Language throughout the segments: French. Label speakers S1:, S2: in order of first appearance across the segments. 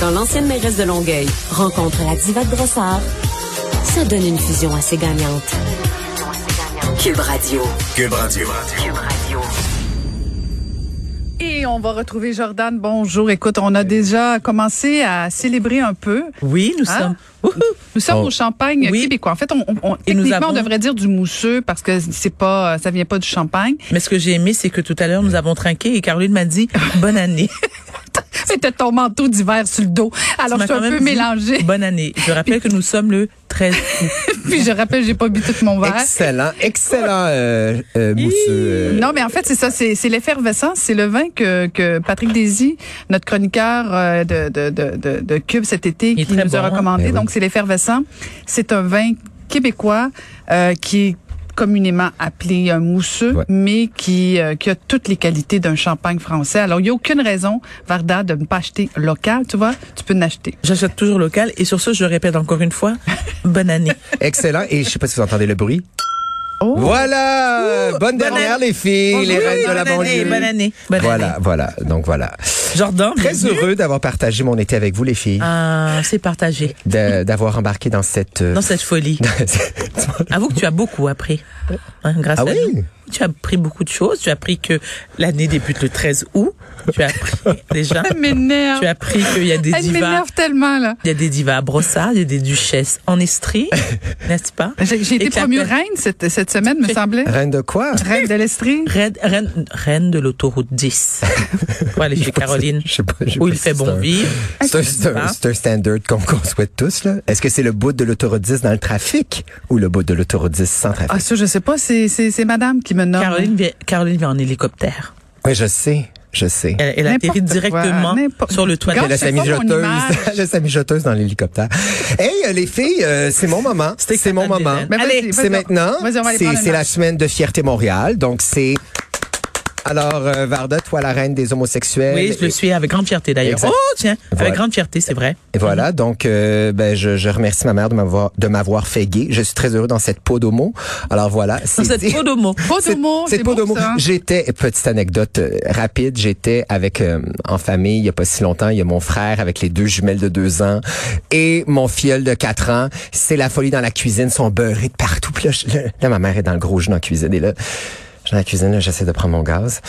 S1: Quand l'ancienne mairesse de Longueuil rencontre la diva de Brossard, ça donne une fusion assez gagnante. Cube Radio.
S2: Cube Radio.
S1: Cube Radio.
S3: Et on va retrouver Jordan. Bonjour. Écoute, on a déjà commencé à célébrer un peu.
S4: Oui, nous
S3: Hein?
S4: sommes. Wouhou!
S3: Nous sommes
S4: Oh.
S3: au champagne
S4: Oui.
S3: québécois. En fait, on, on- on-
S4: Et nous
S3: techniquement, on
S4: avons-
S3: devrait dire du mousseux parce que c'est pas, ça vient pas du champagne.
S4: Mais ce que j'ai aimé, c'est que tout à l'heure, nous avons trinqué et Caroline m'a dit bonne année.
S3: C'était ton manteau d'hiver sur le dos. Alors,
S4: Tu
S3: je
S4: m'as
S3: suis un
S4: quand même
S3: peu
S4: dit,
S3: mélangée.
S4: Bonne année. Je rappelle que nous sommes le 13 août.
S3: Puis, je rappelle, j'ai pas bu tout mon verre.
S2: Excellent, excellent euh, euh, mousseux. euh,
S3: Non, mais en fait, c'est ça, c'est c'est l'effervescence, c'est le vin que, que Patrick Désy, notre chroniqueur euh, de, de, de, de, de Cube cet été,
S4: Il est
S3: qui
S4: très
S3: nous a
S4: bon, hein?
S3: recommandé.
S2: Ben oui.
S3: Donc, c'est l'effervescent. C'est un vin québécois euh, qui est communément appelé un mousseux,
S2: Ouais.
S3: mais qui, euh, qui a toutes les qualités d'un champagne français. Alors, il n'y a aucune raison, Varda, de ne pas acheter local, tu vois. Tu peux l'acheter.
S4: J'achète toujours local et sur ce, je répète encore une fois, bonne année.
S2: Excellent. Et je sais pas si vous entendez le bruit.
S3: Oh.
S2: Voilà! bonne dernière, les filles, les
S4: Oui,
S2: reines de
S4: bonne
S2: la
S4: année,
S2: banlieue.
S4: bonne année, bonne
S2: voilà,
S4: année.
S2: voilà. Donc voilà.
S4: Jordan,
S2: Très
S4: bienvenue.
S2: heureux d'avoir partagé mon été avec vous, les filles.
S4: Ah, c'est partagé.
S2: D'a- D'avoir embarqué dans cette. euh,
S4: Dans cette folie. Avoue que tu as beaucoup appris. hein, grâce
S2: Ah
S4: à
S2: oui?
S4: nous. Tu as appris beaucoup de choses. Tu as appris que l'année débute le 13 août. Tu as appris déjà.
S3: Elle m'énerve.
S4: Tu as appris qu'il y a des
S3: Elle
S4: divas.
S3: m'énerve tellement, là.
S4: Il y a des divas à Brossard, il y a des duchesses en Estrie, n'est-ce pas?
S3: J'ai j'ai
S4: Et
S3: été
S4: qu'appelle-
S3: promue reine cette, cette semaine, me semblait.
S2: Reine de quoi?
S3: Reine de l'Estrie.
S4: Reine, reine, reine de l'autoroute 10. Pour aller chez Caroline.
S2: Je sais pas, je sais
S4: où
S2: pas
S4: il
S2: si
S4: fait
S2: c'est
S4: bon
S2: un-
S4: vivre.
S2: C'est un, c'est un- c'est un standard comme qu'on souhaite tous, là. Est-ce que c'est le bout de l'autoroute 10 dans le trafic ou le bout de l'autoroute 10 sans trafic?
S3: Ah, ça, je sais pas, c'est, c'est, c'est madame qui me nomme.
S4: Caroline vient, Caroline vient en hélicoptère.
S2: Oui, je sais, je sais.
S4: Elle, elle atterrit
S3: N'importe quoi,
S4: directement
S3: n'importe-
S4: sur le toit de
S3: Gâche
S4: la
S2: Elle a sa
S3: c'est pas mon
S2: mijoteuse,
S3: image.
S2: elle a sa mijoteuse dans l'hélicoptère. Hey, euh, les filles, euh, c'est mon moment.
S4: C'était
S2: C'est mon
S4: Catherine
S2: moment.
S4: Delaine.
S3: Mais vas-y,
S4: Allez,
S3: Ben, vas-y,
S2: C'est
S3: on-
S2: maintenant.
S3: Vas-y, on va aller
S2: C'est
S3: prendre
S2: c'est
S3: une
S2: la
S3: marche.
S2: semaine de fierté Montréal. Donc, c'est. Alors, euh, Varda, toi, la reine des homosexuels.
S4: Oui, je le
S2: Et-
S4: suis avec grande fierté d'ailleurs.
S2: Exact.
S4: Oh, tiens,
S2: Voilà.
S4: avec grande fierté, c'est vrai.
S2: Et voilà, donc euh, ben, je, je remercie ma mère de m'avoir de m'avoir fait gay. Je suis très heureux dans cette peau d'homo. Alors voilà,
S4: Dans
S2: c'est
S4: cette
S2: dit.
S4: peau d'homo.
S3: Pas de
S2: Cette-
S3: mots,
S2: cette
S3: c'est
S2: peau
S3: beau,
S2: d'homo.
S3: ça. hein?
S2: J'étais, petite anecdote euh, rapide, j'étais avec euh, en famille il y a pas si longtemps, il y a mon frère avec les deux jumelles de deux ans et mon filleul de quatre ans. C'est la folie dans la cuisine, ils sont beurrés de partout. Puis là, je- là, là, ma mère est dans le gros, je suis dans la cuisine et là, je suis dans la cuisine, là, j'essaie de prendre mon gaz.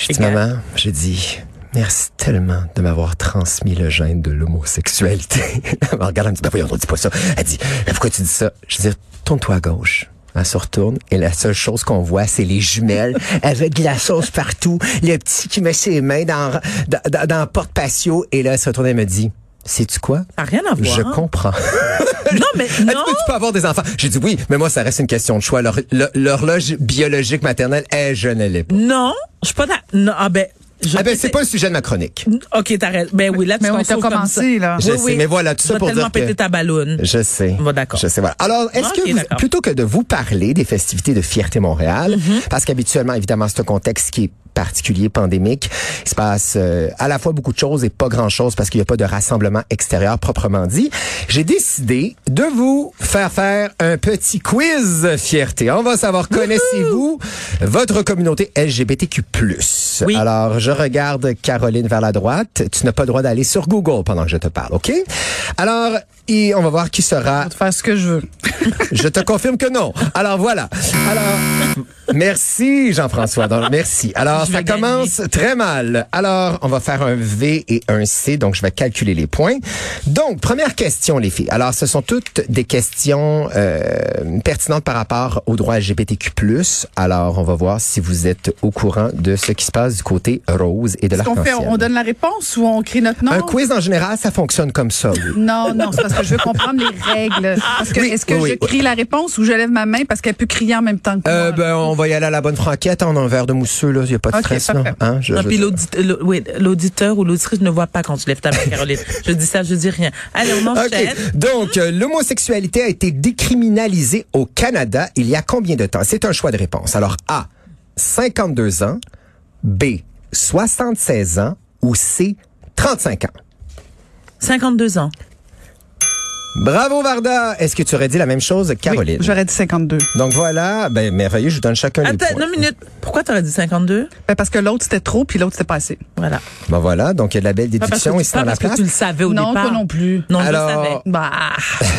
S2: Je dis,
S4: Égal.
S2: maman, j'ai dit, merci tellement de m'avoir transmis le gène de l'homosexualité. elle me regarde, elle me dit, ben voyons, on dit pas ça. Elle dit, ben pourquoi tu dis ça? Je dis, tourne-toi à gauche. Elle se retourne et la seule chose qu'on voit, c'est les jumelles avec de la sauce partout. Le petit qui met ses mains dans, dans, dans- dans le porte-patio. Et là, elle se retourne et me dit, sais-tu quoi?
S4: Ça n'a rien à voir.
S2: Je comprends.
S4: Non, mais
S2: Elle dit,
S4: non.
S2: Mais tu peux avoir des enfants. J'ai dit oui, mais moi, ça reste une question de choix. L'hor- l'hor- L'horloge biologique maternelle, est je ne l'ai pas.
S4: Non, je suis pas d'a- Non, ah ben. je-
S2: Ah ben, c'est pas le sujet de ma chronique.
S4: Ok, t'arrêtes. Ben oui, là, tu
S3: Mais
S4: t'en
S3: on t'a
S4: sauves comme
S3: commencé,
S4: ça.
S3: là.
S2: Je
S4: Oui,
S2: sais,
S4: oui.
S2: mais voilà, tout
S4: Tu
S2: ça
S4: vas
S2: pour
S4: tellement
S2: dire que-
S4: péter ta ballonne.
S2: Je sais.
S4: Mm-hmm. Bon, d'accord.
S2: Je sais, voilà. Alors, est-ce
S4: Ok,
S2: que, vous-
S4: d'accord.
S2: plutôt que de vous parler des festivités de Fierté Montréal,
S4: Mm-hmm.
S2: parce qu'habituellement, évidemment, c'est un contexte qui est particulier, pandémique, il se passe euh, à la fois beaucoup de choses et pas grand-chose parce qu'il n'y a pas de rassemblement extérieur proprement dit, j'ai décidé de vous faire faire un petit quiz Fierté. On va savoir, connaissez-vous votre communauté LGBTQ+.
S4: Oui.
S2: Alors, je regarde Caroline vers la droite. Tu n'as pas le droit d'aller sur Google pendant que je te parle, OK? Alors, et on va voir qui sera
S3: Je vais faire ce que je veux.
S2: je te confirme que non. Alors voilà. Alors merci Jean-François. Donc, Merci. Alors
S4: Je
S2: ça
S4: vais gagner.
S2: commence très mal. Alors on va faire un V et un C. Donc je vais calculer les points. Donc première question les filles. Alors ce sont toutes des questions euh, pertinentes par rapport aux droits LGBTQ+. Alors on va voir si vous êtes au courant de ce qui se passe du côté rose et de
S3: Est-ce qu'on fait, on
S2: l'arc-en-ciel.
S3: donne la réponse ou on crie notre nom?
S2: Un quiz en général ça fonctionne comme ça. oui.
S3: Non, non, c'est parce que je veux comprendre les règles. Parce que
S2: Oui,
S3: est-ce que
S2: oui,
S3: je crie la réponse ou je lève ma main parce qu'elle peut crier en même temps que
S2: Euh,
S3: moi?
S2: ben, on va y aller à la bonne franquette. On a un verre hein, de mousseux, là. Il n'y a pas auditrice,
S3: Ok,
S2: non?
S3: parfait.
S2: Hein? Je-
S4: Non,
S2: je-
S4: puis l'audite- l'au- oui, l'auditeur ou l'auditrice ne voit pas quand tu lèves ta main, Caroline. je dis ça, je dis rien. Allez, on enchaîne.
S2: OK. Donc, euh, l'homosexualité a été décriminalisée au Canada il y a combien de temps? C'est un choix de réponse. Alors, A, 52 ans, B, 76 ans ou C, 35 ans.
S4: 52 ans.
S2: Bravo, Varda! Est-ce que tu aurais dit la même chose, Caroline?
S3: J'aurais dit 52.
S2: Donc voilà, ben merveilleux, je vous donne chacun les
S4: Attends,
S2: points.
S4: non, minute. Pourquoi t'aurais dit 52?
S3: Ben, parce que l'autre, c'était trop, puis l'autre, c'était pas assez.
S4: Voilà.
S2: Ben voilà, donc il y a de la belle
S4: Pas Ah, parce que,
S2: déduction
S4: tu,
S2: ici dans
S4: pas
S2: la
S4: parce que
S2: place.
S4: tu le savais au
S3: non,
S4: départ.
S3: toi non plus.
S4: Non,
S2: Alors-
S4: je le savais.
S3: Bah,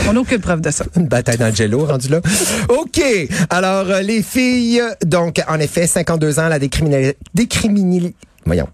S3: on n'a aucune preuve de ça.
S2: Une bataille d'Angelo rendu là. OK. Alors, euh, les filles, donc, en effet, 52 ans, la décriminalisation... Décriminali... Voyons.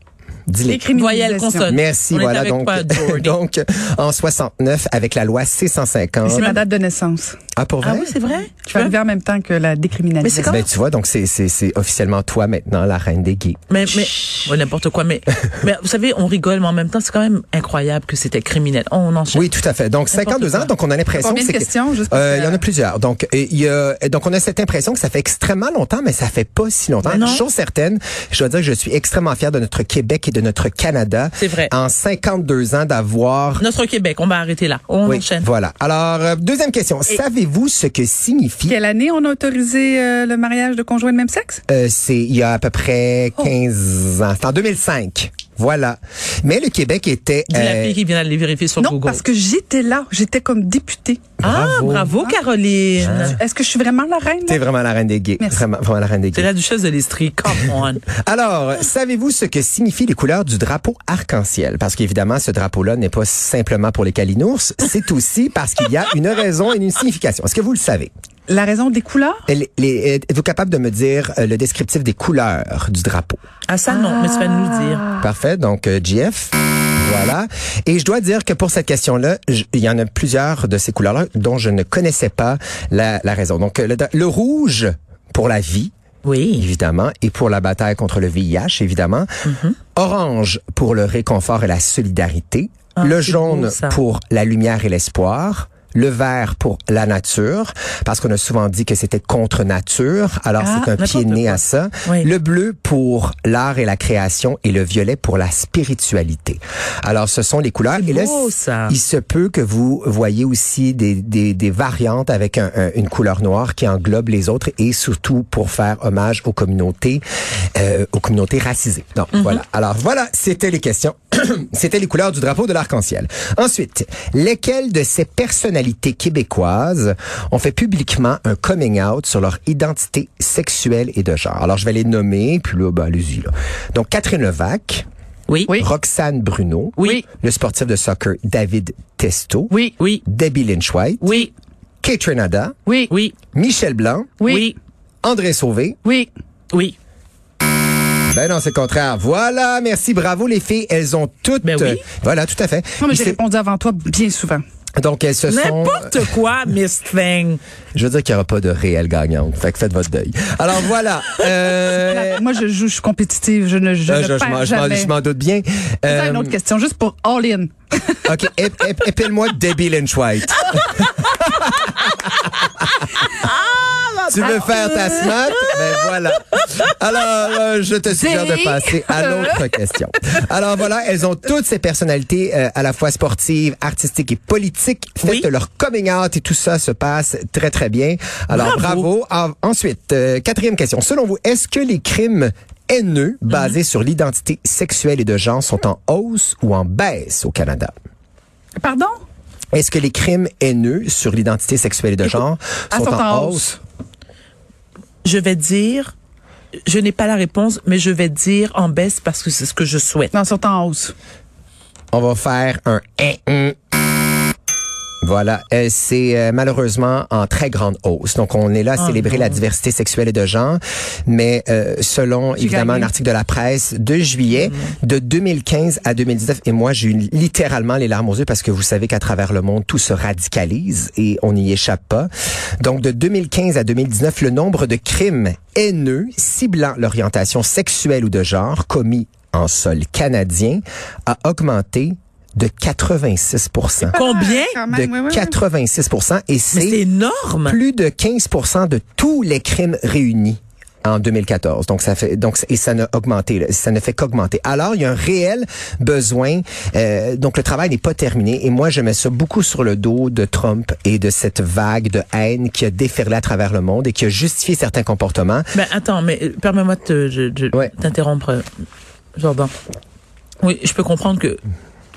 S2: Dis-les.
S4: Voyelle, consonne.
S2: Merci,
S4: On est
S2: voilà.
S4: avec
S2: Donc,
S4: toi, Jordi.
S2: donc, en 69, avec la loi
S3: Et C'est
S2: C-150.
S3: ma date de naissance.
S2: Ah, pour vrai?
S4: ah oui, c'est vrai?
S3: Je suis arrivée en même temps que la décriminalisation.
S4: quand-
S2: Ben, tu vois, donc, c'est- c'est c'est officiellement toi maintenant, la reine des gays.
S4: Mais, mais ouais, n'importe quoi. Mais, mais vous savez, on rigole, mais en même temps, c'est quand même incroyable que c'était criminel. On enchaîne.
S2: Oui, tout à fait. Donc, 52 ans,
S4: quoi.
S2: donc on a l'impression que
S3: Combien de
S2: c'est... que-
S3: questions? Juste pour
S2: Euh, il y en
S3: que-
S2: a plusieurs. Donc, et il y a- et donc on a cette impression que ça fait extrêmement longtemps, mais ça fait pas si longtemps.
S4: Ben non.
S2: Chose certaine, je dois dire que je suis extrêmement fier de notre Québec et de notre Canada.
S4: C'est vrai.
S2: En 52 ans d'avoir...
S4: Notre Québec, on va arrêter là. On
S2: Oui,
S4: enchaîne.
S2: voilà. Alors, euh, deuxième question. Savez-vous ce que signifie...
S3: Quelle année on a autorisé euh, le mariage de conjoints de même sexe?
S2: Euh, c'est il y a à peu près
S4: Oh.
S2: 15 ans. C'est en 2005. Voilà. Mais le Québec était...
S4: Dis la
S2: euh,
S4: fille qui vient d'aller vérifier sur
S3: Non,
S4: Google.
S3: parce que j'étais là. J'étais comme députée. Euh,
S4: Ah,
S2: Bravo. Hein?
S4: bravo,
S3: Hein?
S4: Caroline.
S3: Est-ce que je suis vraiment la reine?
S2: Ah. T'es vraiment la reine des gays.
S3: Merci.
S2: Vraiment, vraiment la reine des gays.
S4: C'est la duchesse de l'Estrie. Come on.
S2: Alors, savez-vous ce que signifient les couleurs du drapeau arc-en-ciel? Parce qu'évidemment, ce drapeau-là n'est pas simplement pour les calinours, c'est aussi parce qu'il y a une raison et une signification. Est-ce que vous le savez?
S3: La raison des couleurs?
S2: Les- les- Êtes-vous capable de me dire euh, le descriptif des couleurs du drapeau?
S4: Ah, ça, non, mais tu vas nous le dire.
S2: Parfait, donc euh, GF. Voilà. Et je dois dire que pour cette question-là, je- il y en a plusieurs de ces couleurs-là dont je ne connaissais pas la, la raison. Donc, euh, le, dra- le rouge pour la vie,
S4: Oui.
S2: évidemment, et pour la bataille contre le VIH, évidemment.
S4: Mm-hmm.
S2: Orange pour le réconfort et la solidarité.
S4: Ah,
S2: le
S4: c'est
S2: jaune
S4: beau, ça.
S2: pour la lumière et l'espoir. Le vert pour la nature, parce qu'on a souvent dit que c'était contre nature, alors
S4: Ah,
S2: c'est un pied
S4: n'importe
S2: né
S4: quoi.
S2: à ça.
S4: Oui.
S2: Le bleu pour l'art et la création et le violet pour la spiritualité. Alors ce sont les couleurs.
S4: C'est
S2: et là,
S4: beau, ça.
S2: il se peut que vous voyez aussi des, des, des variantes avec un- un- une couleur noire qui englobe les autres et surtout pour faire hommage aux communautés, euh, aux communautés racisées. Donc
S4: Mhm.
S2: voilà. Alors voilà, c'était les questions. c'était les couleurs du drapeau de l'arc-en-ciel. Ensuite, lesquelles de ces personnalités québécoises ont fait publiquement un coming out sur leur identité sexuelle et de genre? Alors je vais les nommer, puis là, ben, allez-y. là. Donc Catherine Levac.
S4: Oui.
S3: Oui.
S2: Roxane Bruno.
S4: Oui.
S2: Le sportif de soccer David Testo.
S3: Oui.
S4: Oui.
S2: Debbie Lynch White.
S4: Oui.
S2: Kate Renada.
S3: Oui.
S4: Oui.
S2: Michel Blanc.
S3: Oui.
S2: André Sauvé.
S3: Oui.
S4: Oui.
S2: Ben non, c'est le contraire. Voilà, merci, bravo les filles. Elles ont toutes...
S4: Ben oui.
S2: euh, Voilà, tout à fait.
S3: Non, mais
S2: Il
S3: j'ai
S2: s'est-
S3: répondu avant toi bien souvent.
S2: Donc, elles se sont...
S4: N'importe quoi, Miss Thing.
S2: Je veux dire qu'il n'y aura pas de réel gagnant. Fait que faites votre deuil. Alors, voilà. Euh...
S3: Moi, je joue, je suis compétitive. Je ne, je
S2: euh,
S3: ne
S2: je- je
S3: perds
S2: m'en- je m'en-
S3: jamais.
S2: je m'en doute bien.
S3: Attends,
S2: Euh,
S3: une autre question, juste pour all-in.
S2: OK, ép- ép- épelle-moi Debbie Lynch White. Tu veux faire ta smat? Ben voilà. Alors, euh, je te suggère de passer à l'autre question. Alors voilà, elles ont toutes ces personnalités euh, à la fois sportives, artistiques et politiques. Faites
S4: Oui.
S2: leur coming out et tout ça se passe très, très bien. Alors bravo.
S4: Bravo.
S2: En- ensuite, euh, quatrième question. Selon vous, est-ce que les crimes haineux basés sur l'identité sexuelle et de genre sont en hausse ou en baisse au Canada?
S3: Pardon?
S2: Est-ce que les crimes haineux sur l'identité sexuelle et de genre
S3: Ah,
S2: sont, en hausse?
S4: Je vais dire, je n'ai pas la réponse, mais je vais dire en baisse parce que c'est ce que je souhaite.
S3: Non, sont en hausse.
S2: On va faire un hein, hein. Voilà, Euh, c'est euh, malheureusement en très grande hausse. Donc, on est là à
S4: Oh
S2: célébrer
S4: non.
S2: la diversité sexuelle et de genre, mais euh, selon évidemment
S3: gagné.
S2: un article de la presse de juillet,
S3: Mhm.
S2: de 2015 à 2019, et moi j'ai eu littéralement les larmes aux yeux parce que vous savez qu'à travers le monde, tout se radicalise et on n'y échappe pas. Donc, de 2015 à 2019, le nombre de crimes haineux ciblant l'orientation sexuelle ou de genre commis en sol canadien a augmenté de 86
S4: Combien?
S3: Eh, Quand
S2: de
S3: même, oui, oui, oui.
S2: 86 et
S4: Mais c'est
S2: c'est
S4: énorme.
S2: plus de 15 de tous les crimes réunis en 2014. Donc ça fait donc et ça n'a augmenté, là. ça ne fait qu'augmenter. Alors il y a un réel besoin. euh, donc le travail n'est pas terminé et moi je mets ça beaucoup sur le dos de Trump et de cette vague de haine qui a déferlé à travers le monde et qui a justifié certains comportements.
S4: Ben, attends, mais euh, permets-moi de te- je- je-
S2: Ouais.
S4: t'interrompre, euh, Jordan. Oui, je peux comprendre que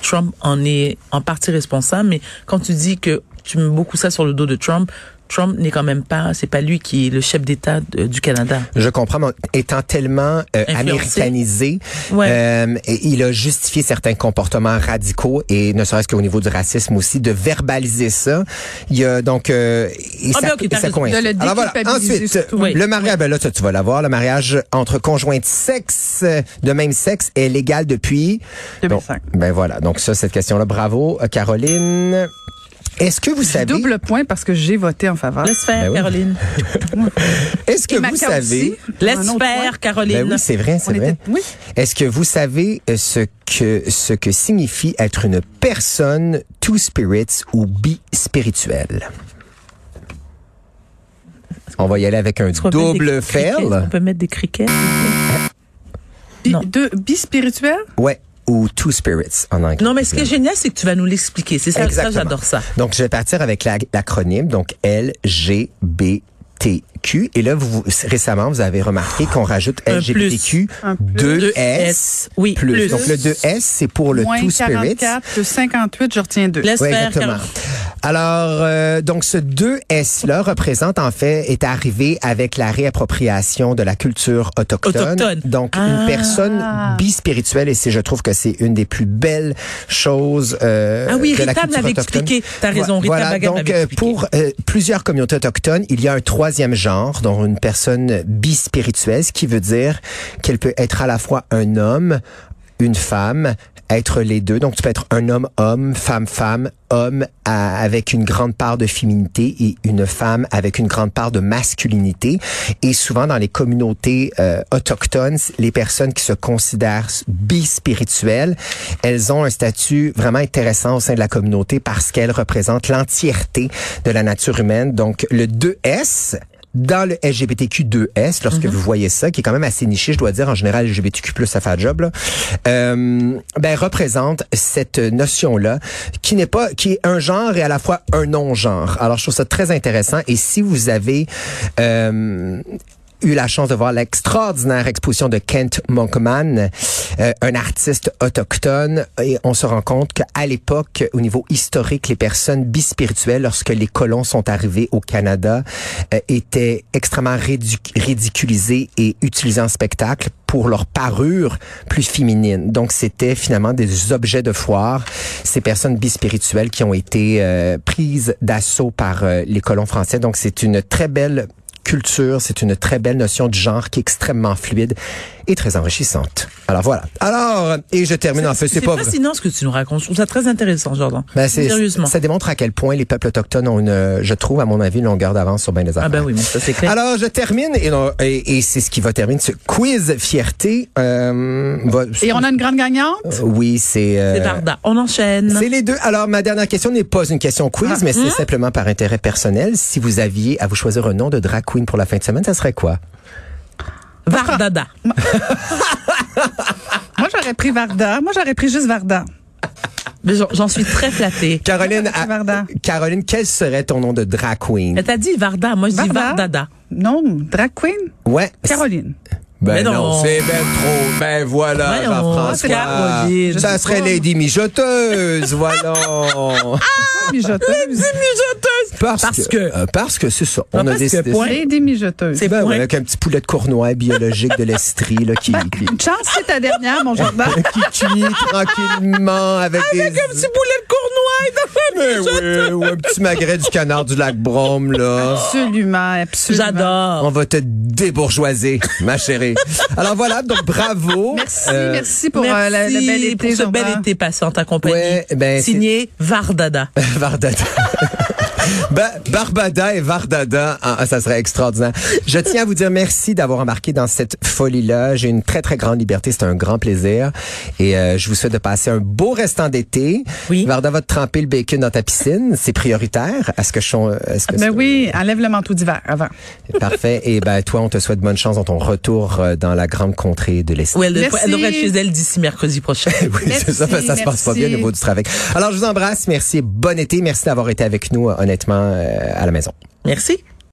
S4: Trump en est en partie responsable, mais quand tu dis que tu mets beaucoup ça sur le dos de Trump, Trump n'est quand même pas, c'est pas lui qui est le chef d'État de- du Canada.
S2: Je comprends, mais étant tellement euh,
S4: Influencé.
S2: américanisé,
S4: Ouais.
S2: euh, et il a justifié certains comportements radicaux et ne serait-ce qu'au niveau du racisme aussi, de verbaliser ça. Il y a donc euh, et
S4: Ah,
S2: ça,
S4: mais ok,
S2: et
S4: t'as
S2: ça
S4: raison.
S2: coïncide.
S3: De le
S2: Alors voilà.
S3: déculpabiliser
S2: Ensuite,
S3: surtout.
S4: Oui.
S2: le mariage, ben là ça, tu vas l'avoir, le mariage entre conjoints de sexe euh, de même sexe est légal depuis
S3: 2005.
S2: Donc, ben voilà, donc ça cette question-là, bravo euh, Caroline. Est-ce que vous savez
S3: Double point parce que j'ai voté en faveur.
S4: Laisse faire,
S2: Ben oui.
S4: Caroline.
S2: Est-ce que
S3: Et
S2: vous
S3: Macao
S2: savez
S3: aussi. Un
S4: Laisse
S3: autre
S4: faire,
S3: point.
S4: Caroline.
S2: Ben oui, c'est vrai,
S3: On
S2: c'est vrai.
S3: était, oui,
S2: Est-ce que vous savez euh, ce que ce que signifie être une personne two spirits ou bi-spirituelle? On va y aller avec un
S4: On peut mettre
S2: double
S4: des criquets. On
S2: fail.
S4: peut mettre des criquets.
S3: Bi-
S4: Non.
S3: deux bispirituel.
S2: Ouais, ou two spirits en anglais.
S4: Non, mais ce qui est génial, c'est que tu vas nous l'expliquer. C'est ça, ça
S2: Exactement.
S4: j'adore ça.
S2: Donc, je vais partir avec la- l'acronyme, donc LGBTQ. Et là, vous, récemment, vous avez remarqué qu'on rajoute
S4: Un
S2: LGBTQ
S3: Un plus.
S2: 2S.
S4: Oui,
S2: plus.
S4: plus.
S2: Donc, le 2S, c'est pour le
S3: Moins
S2: Two Spirits.
S3: 44, plus 58, je retiens deux.
S4: Laisse
S2: Oui,
S4: faire,
S2: exactement.
S4: Caroline.
S2: Alors, euh, donc ce 2S-là représente en fait, est arrivé avec la réappropriation de la culture autochtone.
S4: Autochtone. Ah.
S2: Donc, une personne bispirituelle, et c'est, je trouve que c'est une des plus belles choses euh,
S4: Ah oui,
S2: de la
S4: Rita me
S2: culture
S4: l'avait
S2: autochtone.
S4: expliqué. T'as raison, Rita
S2: voilà,
S4: Baga me
S2: donc,
S4: l'avait
S2: euh,
S4: expliqué.
S2: pour euh, plusieurs communautés autochtones, il y a un troisième genre, dont une personne bispirituelle, ce qui veut dire qu'elle peut être à la fois un homme, une femme, être les deux. Donc, tu peux être un homme, homme, femme, femme, homme à- avec une grande part de féminité et une femme avec une grande part de masculinité. Et souvent, dans les communautés euh, autochtones, les personnes qui se considèrent bispirituelles, elles ont un statut vraiment intéressant au sein de la communauté parce qu'elles représentent l'entièreté de la nature humaine. Donc, le 2S, dans le LGBTQ2S, lorsque vous voyez ça, qui est quand même assez niché, je dois dire, en général, LGBTQ+, ça fait un job, là, euh, ben, représente cette notion-là, qui n'est pas, qui est un genre et à la fois un non-genre. Alors, je trouve ça très intéressant. Et si vous avez, euh, eu la chance de voir l'extraordinaire exposition de Kent Monkman, euh, un artiste autochtone, et on se rend compte qu'à l'époque, au niveau historique, les personnes bispirituelles, lorsque les colons sont arrivés au Canada, euh, étaient extrêmement ridu- ridiculisées et utilisées en spectacle pour leur parure plus féminine. Donc, c'était finalement des objets de foire, ces personnes bispirituelles qui ont été euh, prises d'assaut par euh, les colons français. Donc, c'est une très belle culture, c'est une très belle notion de genre qui est extrêmement fluide et très enrichissante. Alors voilà. Alors, et je termine en fait, c'est pas vrai.
S4: fascinant ce que tu nous racontes. Je trouve ça très intéressant, Jordan.
S2: Ben, c'est-
S4: Sérieusement.
S2: ça démontre à quel point les peuples autochtones ont une, je trouve, à mon avis, une longueur d'avance sur bien des affaires.
S4: Ah ben oui, mais ça c'est clair.
S2: Alors, je termine, et, non, et, et c'est ce qui va terminer ce quiz fierté. Euh, va-
S3: Et on a une grande gagnante.
S2: Oui, c'est... euh,
S4: C'est Varda. On enchaîne.
S2: c'est les deux. Alors, ma dernière question n'est pas une question quiz, mais c'est simplement par intérêt personnel. Si vous aviez à vous choisir un nom de drag queen pour la fin de semaine, ça serait quoi?
S4: Vardada.
S3: Euh, Moi, j'aurais pris Varda. Moi, j'aurais pris juste Varda.
S4: Mais j'en- J'en suis très flattée.
S2: Caroline,
S3: Merci,
S2: à-
S3: Varda.
S2: Caroline, quel serait ton nom de drag queen?
S4: Elle t'a dit Varda, moi je dis Vardada.
S3: Non, drag queen.
S2: Ouais.
S3: Caroline.
S2: Ben
S4: Mais
S2: non,
S4: non.
S2: c'est ben trop. Ben voilà,
S4: Voyons,
S2: Jean-François.
S4: Caroline, je
S2: Ça
S4: sais
S2: serait
S4: pas.
S2: Lady Mijoteuse, voilà.
S3: Pas mijoteuse.
S4: Parce que-
S2: euh, parce que c'est ça. On a
S4: parce que
S2: décidé.
S4: point.
S3: Lady mijoteuse.
S4: C'est
S2: Ben
S4: point.
S2: ouais, avec un petit poulet de cournois biologique de l'Estrie, là, qui,
S4: Ben.
S2: qui,
S3: Une chance, c'est ta dernière, mon jardin.
S2: qui cuit tranquillement
S4: Ah,
S2: avec, des...
S4: Comme si boulet de Cournois et
S2: Mais oui, ou un petit magret du canard du lac Brome, là.
S3: Absolument, absolument.
S2: On
S4: J'adore.
S2: va te débourgeoiser, ma chérie. Alors voilà, donc bravo.
S3: Merci,
S2: Euh,
S3: merci pour
S4: Merci
S3: euh, la- le bel été.
S4: pour ce bel
S3: Jean-Bart.
S4: été passant en ta compagnie.
S2: Ouais, ben, c'est-
S4: Signé Vardada.
S2: Vardata. Ba- Ben, Barbada et Vardada, ah, ça serait extraordinaire. Je tiens à vous dire merci d'avoir embarqué dans cette folie-là. J'ai une très, très grande liberté. C'est un grand plaisir. Et euh, je vous souhaite de passer un beau restant d'été.
S4: Oui.
S2: Varda va te tremper le bacon dans ta piscine. C'est prioritaire. Est-ce que je... Est
S3: Ben oui, enlève le manteau d'hiver avant.
S2: Parfait. Et ben toi, on te souhaite bonne chance dans ton retour euh, dans la grande contrée de l'Est.
S4: Ou elle,
S3: Merci.
S4: devrait- elle devrait être chez elle d'ici mercredi prochain.
S2: Oui, c'est ça, parce que ça se passe pas
S3: merci.
S2: bien au niveau du travail. Alors, je vous embrasse. Merci. Bon été. Merci d'avoir été avec nous, euh, honnêtement, euh, à la maison.
S4: Merci.